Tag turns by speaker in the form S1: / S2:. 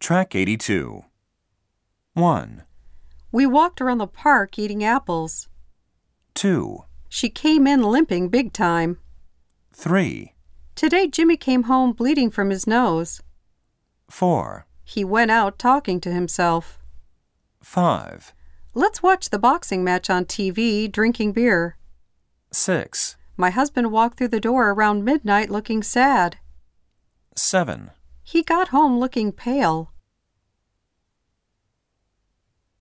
S1: Track 82. 1,
S2: We walked around the park eating apples.
S1: 2,
S2: She came in limping big time.
S1: 3,
S2: Today Jimmy came home bleeding from his nose.
S1: 4,
S2: He went out talking to himself.
S1: 5,
S2: Let's watch the boxing match on TV, drinking beer.
S1: 6,
S2: My husband walked through the door around midnight looking sad.
S1: 7.
S2: He got home looking pale.